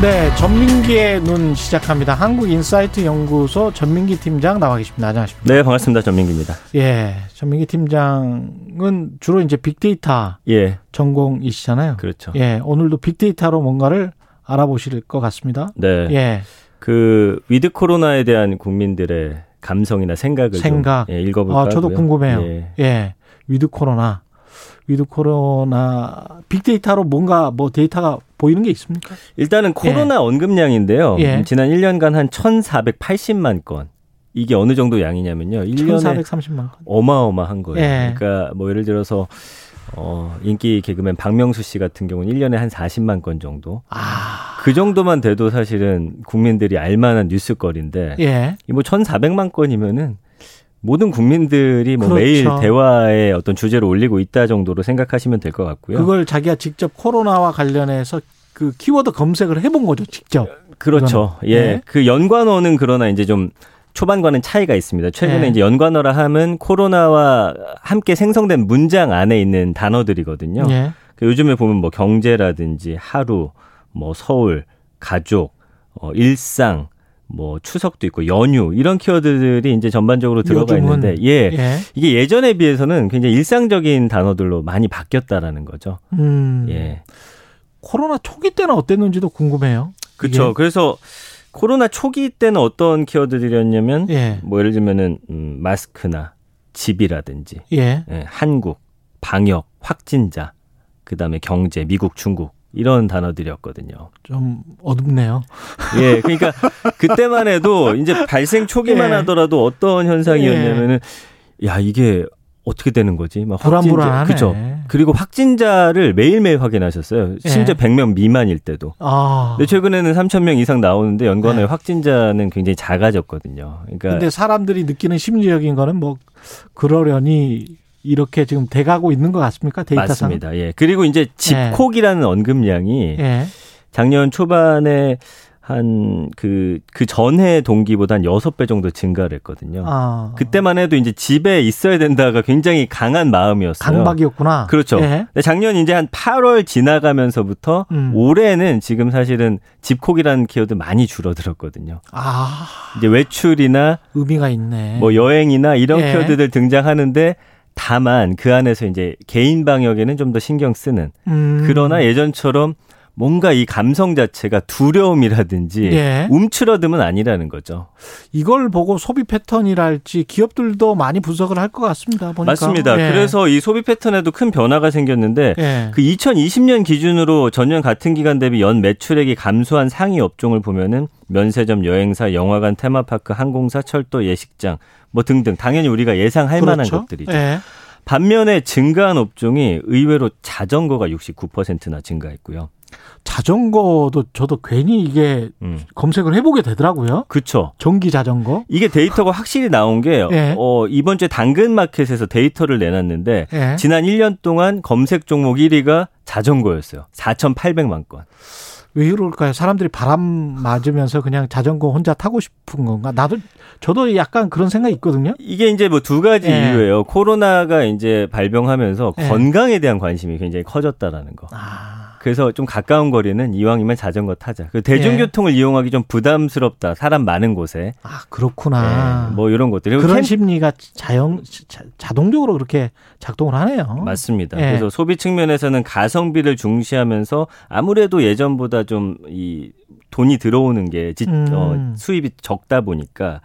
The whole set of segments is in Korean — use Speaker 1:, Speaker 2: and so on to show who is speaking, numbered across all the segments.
Speaker 1: 네, 전민기의 눈 시작합니다. 한국인사이트 연구소 전민기 팀장 나와 계십니다. 안녕하십니까?
Speaker 2: 네, 반갑습니다. 전민기입니다.
Speaker 1: 예, 전민기 팀장은 주로 이제 빅데이터
Speaker 2: 예,
Speaker 1: 전공이시잖아요.
Speaker 2: 그렇죠.
Speaker 1: 예, 오늘도 빅데이터로 뭔가를 알아보실 것 같습니다.
Speaker 2: 네.
Speaker 1: 예,
Speaker 2: 그 위드 코로나에 대한 국민들의 감성이나 생각을
Speaker 1: 생각.
Speaker 2: 좀 예, 읽어볼까요?
Speaker 1: 아, 저도 궁금해요.
Speaker 2: 예.
Speaker 1: 예, 위드 코로나, 위드 코로나 빅데이터로 뭔가 뭐 데이터가 보이는 게 있습니까?
Speaker 2: 일단은 코로나 언급량인데요.
Speaker 1: 예.
Speaker 2: 음, 지난 1년간 한 1,480만 건. 이게 어느 정도 양이냐면요. 1년에
Speaker 1: 1,430만 건.
Speaker 2: 어마어마한 거예요.
Speaker 1: 예.
Speaker 2: 그러니까 뭐 예를 들어서 어, 인기 개그맨 박명수 씨 같은 경우는 1년에 한 40만 건 정도.
Speaker 1: 아,
Speaker 2: 그 정도만 돼도 사실은 국민들이 알만한 뉴스거리인데
Speaker 1: 예,
Speaker 2: 이 뭐 1,400만 건이면은 모든 국민들이 뭐
Speaker 1: 그렇죠.
Speaker 2: 매일 대화에 어떤 주제를 올리고 있다 정도로 생각하시면 될 것 같고요.
Speaker 1: 그걸 자기가 직접 코로나와 관련해서 그 키워드 검색을 해본 거죠, 직접.
Speaker 2: 그렇죠.
Speaker 1: 그거는.
Speaker 2: 예.
Speaker 1: 네.
Speaker 2: 그 연관어는 그러나 이제 좀 초반과는 차이가 있습니다. 최근에
Speaker 1: 네.
Speaker 2: 이제 연관어라 하면 코로나와 함께 생성된 문장 안에 있는 단어들이거든요.
Speaker 1: 예.
Speaker 2: 그 요즘에 보면 뭐 경제라든지 하루, 뭐 서울, 가족, 어, 일상, 뭐 추석도 있고 연휴 이런 키워드들이 이제 전반적으로 들어가
Speaker 1: 요즘은.
Speaker 2: 있는데
Speaker 1: 예.
Speaker 2: 이게 예전에 비해서는 굉장히 일상적인 단어들로 많이 바뀌었다라는 거죠.
Speaker 1: 음.
Speaker 2: 예.
Speaker 1: 코로나 초기 때는 어땠는지도 궁금해요.
Speaker 2: 그렇죠. 그래서 코로나 초기 때는 어떤 키워드들이었냐면
Speaker 1: 예.
Speaker 2: 뭐 예를 들면은 음, 마스크나 집이라든지
Speaker 1: 예.
Speaker 2: 예, 한국, 방역, 확진자, 그다음에 경제, 미국, 중국 이런 단어들이었거든요.
Speaker 1: 좀 어둡네요.
Speaker 2: 예, 그러니까 그때만 해도 이제 발생 초기만
Speaker 1: 예.
Speaker 2: 하더라도 어떤 현상이었냐면은 야 이게 어떻게 되는 거지? 막
Speaker 1: 불안불안하네.
Speaker 2: 그죠? 그리고 확진자를 매일매일 확인하셨어요. 심지어
Speaker 1: 예.
Speaker 2: 100명 미만일 때도.
Speaker 1: 아.
Speaker 2: 근데 최근에는 3,000명 이상 나오는데 연관의
Speaker 1: 네.
Speaker 2: 확진자는 굉장히 작아졌거든요. 그러니까
Speaker 1: 근데 사람들이 느끼는 심리적인 거는 뭐 그러려니 이렇게 지금 돼가고 있는 것 같습니까? 데이터상. 네.
Speaker 2: 맞습니다. 예. 그리고 이제 집콕이라는 언급량이
Speaker 1: 예.
Speaker 2: 작년 초반에 한 그 그 전해 동기보다 한 6배 정도 증가를 했거든요.
Speaker 1: 아.
Speaker 2: 어. 그때만 해도 이제 집에 있어야 된다가 굉장히 강한 마음이었어요.
Speaker 1: 강박이었구나.
Speaker 2: 그렇죠.
Speaker 1: 예.
Speaker 2: 근데 작년 이제 한 8월 지나가면서부터
Speaker 1: 음.
Speaker 2: 올해는 지금 사실은 집콕이라는 키워드 많이 줄어들었거든요.
Speaker 1: 아,
Speaker 2: 이제 외출이나
Speaker 1: 의미가 있네.
Speaker 2: 뭐 여행이나 이런
Speaker 1: 음. 예.
Speaker 2: 키워드들 등장하는데 다만 그 안에서 이제 개인 방역에는 좀 더 신경 쓰는
Speaker 1: 음.
Speaker 2: 그러나 예전처럼 뭔가 이 감성 자체가 두려움이라든지
Speaker 1: 예.
Speaker 2: 움츠러듦은 아니라는 거죠.
Speaker 1: 이걸 보고 소비 패턴이랄지 기업들도 많이 분석을 할 것 같습니다. 보니까.
Speaker 2: 맞습니다.
Speaker 1: 예.
Speaker 2: 그래서 이 소비 패턴에도 큰 변화가 생겼는데
Speaker 1: 예.
Speaker 2: 그 2020년 기준으로 전년 같은 기간 대비 연 매출액이 감소한 상위 업종을 보면은 면세점, 여행사, 영화관, 테마파크, 항공사, 철도, 예식장 뭐 등등 당연히 우리가 예상할 만한
Speaker 1: 그렇죠?
Speaker 2: 것들이죠.
Speaker 1: 예.
Speaker 2: 반면에 증가한 업종이 의외로 자전거가 69%나 증가했고요.
Speaker 1: 자전거도 저도 괜히 이게
Speaker 2: 음.
Speaker 1: 검색을 해보게 되더라고요.
Speaker 2: 그쵸.
Speaker 1: 전기 자전거.
Speaker 2: 이게 데이터가 확실히 나온 게
Speaker 1: 예.
Speaker 2: 어, 이번 주에 당근마켓에서 데이터를 내놨는데
Speaker 1: 예.
Speaker 2: 지난 1년 동안 검색 종목 1위가 자전거였어요. 4,800만 건.
Speaker 1: 왜 이럴까요? 사람들이 바람 맞으면서 그냥 자전거 혼자 타고 싶은 건가? 나도 저도 약간 그런 생각이 있거든요.
Speaker 2: 이게 이제 뭐 두 가지
Speaker 1: 예.
Speaker 2: 이유예요. 코로나가 이제 발병하면서
Speaker 1: 예.
Speaker 2: 건강에 대한 관심이 굉장히 커졌다라는 거.
Speaker 1: 아,
Speaker 2: 그래서 좀 가까운 거리는 이왕이면 자전거 타자. 그 대중교통을
Speaker 1: 예.
Speaker 2: 이용하기 좀 부담스럽다. 사람 많은 곳에.
Speaker 1: 아, 그렇구나.
Speaker 2: 예, 뭐 이런 것들. 그리고
Speaker 1: 그런
Speaker 2: 캠-
Speaker 1: 심리가 자연 자, 자동적으로 그렇게 작동을 하네요.
Speaker 2: 맞습니다.
Speaker 1: 예.
Speaker 2: 그래서 소비 측면에서는 가성비를 중시하면서 아무래도 예전보다 좀 이 돈이 들어오는 게 지-
Speaker 1: 음.
Speaker 2: 어, 수입이 적다 보니까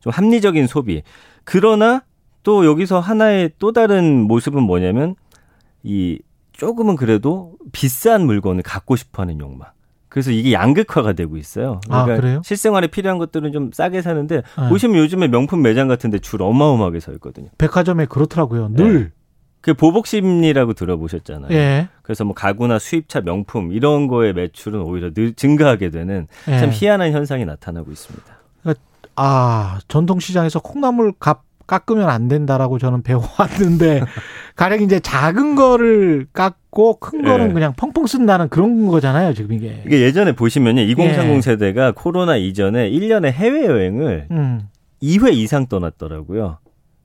Speaker 2: 좀 합리적인 소비. 그러나 또 여기서 하나의 또 다른 모습은 뭐냐면 이 조금은 그래도 비싼 물건을 갖고 싶어하는 욕망. 그래서 이게 양극화가 되고 있어요. 그러니까
Speaker 1: 아, 그래요?
Speaker 2: 실생활에 필요한 것들은 좀 싸게 사는데
Speaker 1: 예.
Speaker 2: 보시면 요즘에 명품 매장 같은데 줄 어마어마하게 서 있거든요.
Speaker 1: 백화점에 그렇더라고요. 늘.
Speaker 2: 그게 보복심리라고 들어보셨잖아요.
Speaker 1: 예.
Speaker 2: 그래서 뭐 가구나 수입차 명품 이런 거의 매출은 오히려 늘 증가하게 되는
Speaker 1: 예.
Speaker 2: 참 희한한 현상이 나타나고 있습니다.
Speaker 1: 아 전통시장에서 콩나물 값 깎으면 안 된다라고 저는 배워왔는데 가령 이제 작은 거를 깎고 큰 거는
Speaker 2: 예.
Speaker 1: 그냥 펑펑 쓴다는 그런 거잖아요 지금 이게.
Speaker 2: 이게 예전에 보시면요. 2030
Speaker 1: 예.
Speaker 2: 세대가 코로나 이전에 1년에 해외여행을
Speaker 1: 음.
Speaker 2: 2회 이상 떠났더라고요.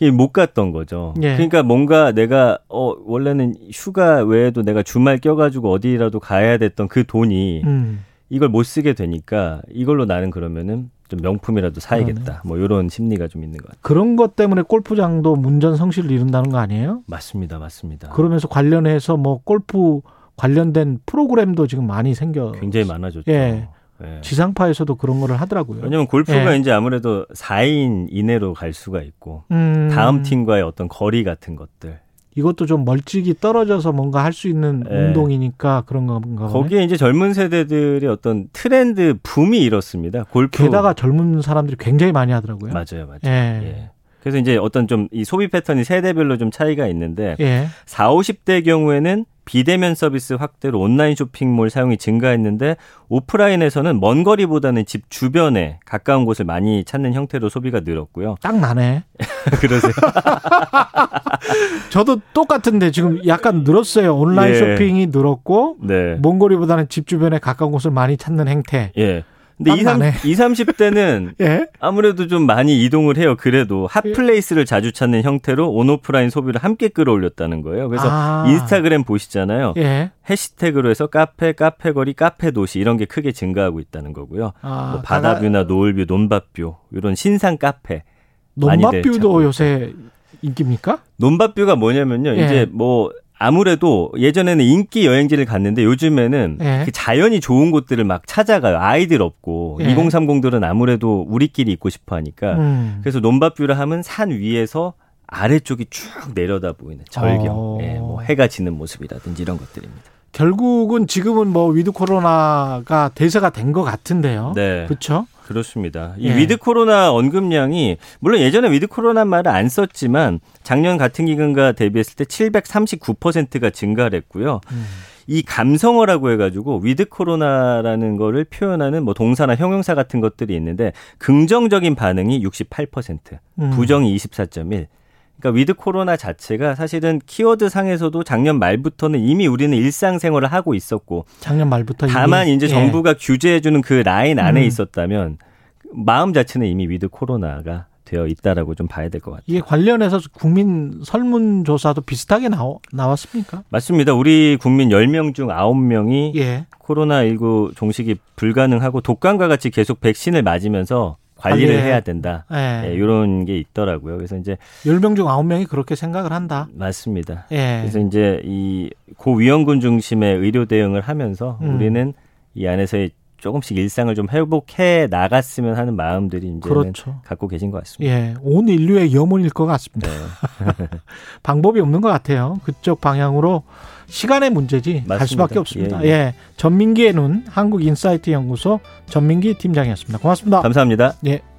Speaker 2: 이게 못 갔던 거죠.
Speaker 1: 예.
Speaker 2: 그러니까 뭔가 내가 어 원래는 휴가 외에도 내가 주말 껴가지고 어디라도 가야 됐던 그 돈이
Speaker 1: 음.
Speaker 2: 이걸 못 쓰게 되니까 이걸로 나는 그러면은 좀 명품이라도
Speaker 1: 음.
Speaker 2: 사야겠다. 뭐 이런 심리가 좀 있는 것 같아요.
Speaker 1: 그런 것 때문에 골프장도 문전 성시를 이룬다는 거 아니에요?
Speaker 2: 맞습니다, 맞습니다.
Speaker 1: 그러면서 관련해서 뭐 골프 관련된 프로그램도 지금 많이 생겨.
Speaker 2: 굉장히 많아졌죠.
Speaker 1: 예.
Speaker 2: 예.
Speaker 1: 지상파에서도 그런 거를 하더라고요.
Speaker 2: 왜냐면 골프가
Speaker 1: 예.
Speaker 2: 이제 아무래도 4인 이내로 갈 수가 있고
Speaker 1: 음,
Speaker 2: 다음 팀과의 어떤 거리 같은 것들
Speaker 1: 이것도 좀 멀찍이 떨어져서 뭔가 할 수 있는
Speaker 2: 예.
Speaker 1: 운동이니까 그런 건가 보네.
Speaker 2: 거기에 이제 젊은 세대들의 어떤 트렌드 붐이 이렇습니다. 골프
Speaker 1: 게다가 젊은 사람들이 굉장히 많이 하더라고요.
Speaker 2: 맞아요, 맞아요.
Speaker 1: 예.
Speaker 2: 예. 그래서 이제 어떤 좀 이 소비 패턴이 세대별로 좀 차이가 있는데
Speaker 1: 예.
Speaker 2: 4, 50대 경우에는 비대면 서비스 확대로 온라인 쇼핑몰 사용이 증가했는데 오프라인에서는 먼 거리보다는 집 주변에 가까운 곳을 많이 찾는 형태로 소비가 늘었고요.
Speaker 1: 딱 나네.
Speaker 2: 그러세요?
Speaker 1: 저도 똑같은데 지금 약간 늘었어요. 온라인
Speaker 2: 예.
Speaker 1: 쇼핑이 늘었고
Speaker 2: 네.
Speaker 1: 먼 거리보다는 집 주변에 가까운 곳을 많이 찾는 행태.
Speaker 2: 예. 근데
Speaker 1: 딱
Speaker 2: 20,
Speaker 1: 나네.
Speaker 2: 20, 30대는
Speaker 1: 예.
Speaker 2: 아무래도 좀 많이 이동을 해요. 그래도 핫플레이스를 자주 찾는 형태로 온오프라인 소비를 함께 끌어올렸다는 거예요. 그래서
Speaker 1: 아.
Speaker 2: 인스타그램 보시잖아요.
Speaker 1: 예.
Speaker 2: 해시태그로 해서 카페, 카페거리, 카페도시 이런 게 크게 증가하고 있다는 거고요.
Speaker 1: 아,
Speaker 2: 뭐 바다뷰나 노을뷰, 논밭뷰 이런 신상 카페. 많이들
Speaker 1: 논밭뷰도
Speaker 2: 찾고.
Speaker 1: 요새 인기입니까?
Speaker 2: 논밭뷰가 뭐냐면요.
Speaker 1: 예.
Speaker 2: 이제 뭐 아무래도 예전에는 인기 여행지를 갔는데 요즘에는
Speaker 1: 예.
Speaker 2: 그 자연이 좋은 곳들을 막 찾아가요. 아이들 없고
Speaker 1: 예.
Speaker 2: 2030들은 아무래도 우리끼리 있고 싶어 하니까
Speaker 1: 음.
Speaker 2: 그래서 논밭뷰를 하면 산 위에서 아래쪽이 쭉 내려다 보이는 절경,
Speaker 1: 어.
Speaker 2: 예, 뭐 해가 지는 모습이라든지 이런 것들입니다.
Speaker 1: 결국은 지금은 뭐 위드 코로나가 대세가 된 것 같은데요.
Speaker 2: 네.
Speaker 1: 그렇죠?
Speaker 2: 그렇습니다. 이
Speaker 1: 예.
Speaker 2: 위드 코로나 언급량이 물론 예전에 위드 코로나 말을 안 썼지만 작년 같은 기간과 대비했을 때 739%가 증가를 했고요.
Speaker 1: 음.
Speaker 2: 이 감성어라고 해가지고 위드 코로나라는 거를 표현하는 뭐 동사나 형용사 같은 것들이 있는데 긍정적인 반응이 68%,
Speaker 1: 음.
Speaker 2: 부정이 24.1. 그러니까 위드 코로나 자체가 사실은 키워드 상에서도 작년 말부터는 이미 우리는 일상생활을 하고 있었고
Speaker 1: 작년 말부터 이미-
Speaker 2: 다만 이제
Speaker 1: 예.
Speaker 2: 정부가 규제해주는 그 라인 안에
Speaker 1: 음.
Speaker 2: 있었다면 마음 자체는 이미 위드 코로나가 되어 있다라고 좀 봐야 될 것 같아요.
Speaker 1: 이게 관련해서 국민 설문조사도 비슷하게 나오, 나왔습니까?
Speaker 2: 맞습니다. 우리 국민 10명 중 9명이
Speaker 1: 예.
Speaker 2: 코로나19 종식이 불가능하고 독감과 같이 계속 백신을 맞으면서 관리를
Speaker 1: 관리해야
Speaker 2: 해야 된다. 예,
Speaker 1: 예.
Speaker 2: 이런 게 있더라고요. 그래서 이제
Speaker 1: 10명 중 9명이 그렇게 생각을 한다.
Speaker 2: 맞습니다.
Speaker 1: 예.
Speaker 2: 그래서 이제 이 고위험군 중심의 의료 대응을 하면서
Speaker 1: 음.
Speaker 2: 우리는 이 안에서의 조금씩 일상을 좀 회복해 나갔으면 하는 마음들이 이제는
Speaker 1: 그렇죠.
Speaker 2: 갖고 계신 것 같습니다.
Speaker 1: 예. 온 인류의 염원일 것 같습니다.
Speaker 2: 네.
Speaker 1: 방법이 없는 것 같아요. 그쪽 방향으로 시간의 문제지 갈
Speaker 2: 맞습니다.
Speaker 1: 수밖에 없습니다. 예,
Speaker 2: 예, 예.
Speaker 1: 전민기의 눈 한국인사이트 연구소 전민기 팀장이었습니다. 고맙습니다.
Speaker 2: 감사합니다.
Speaker 1: 예.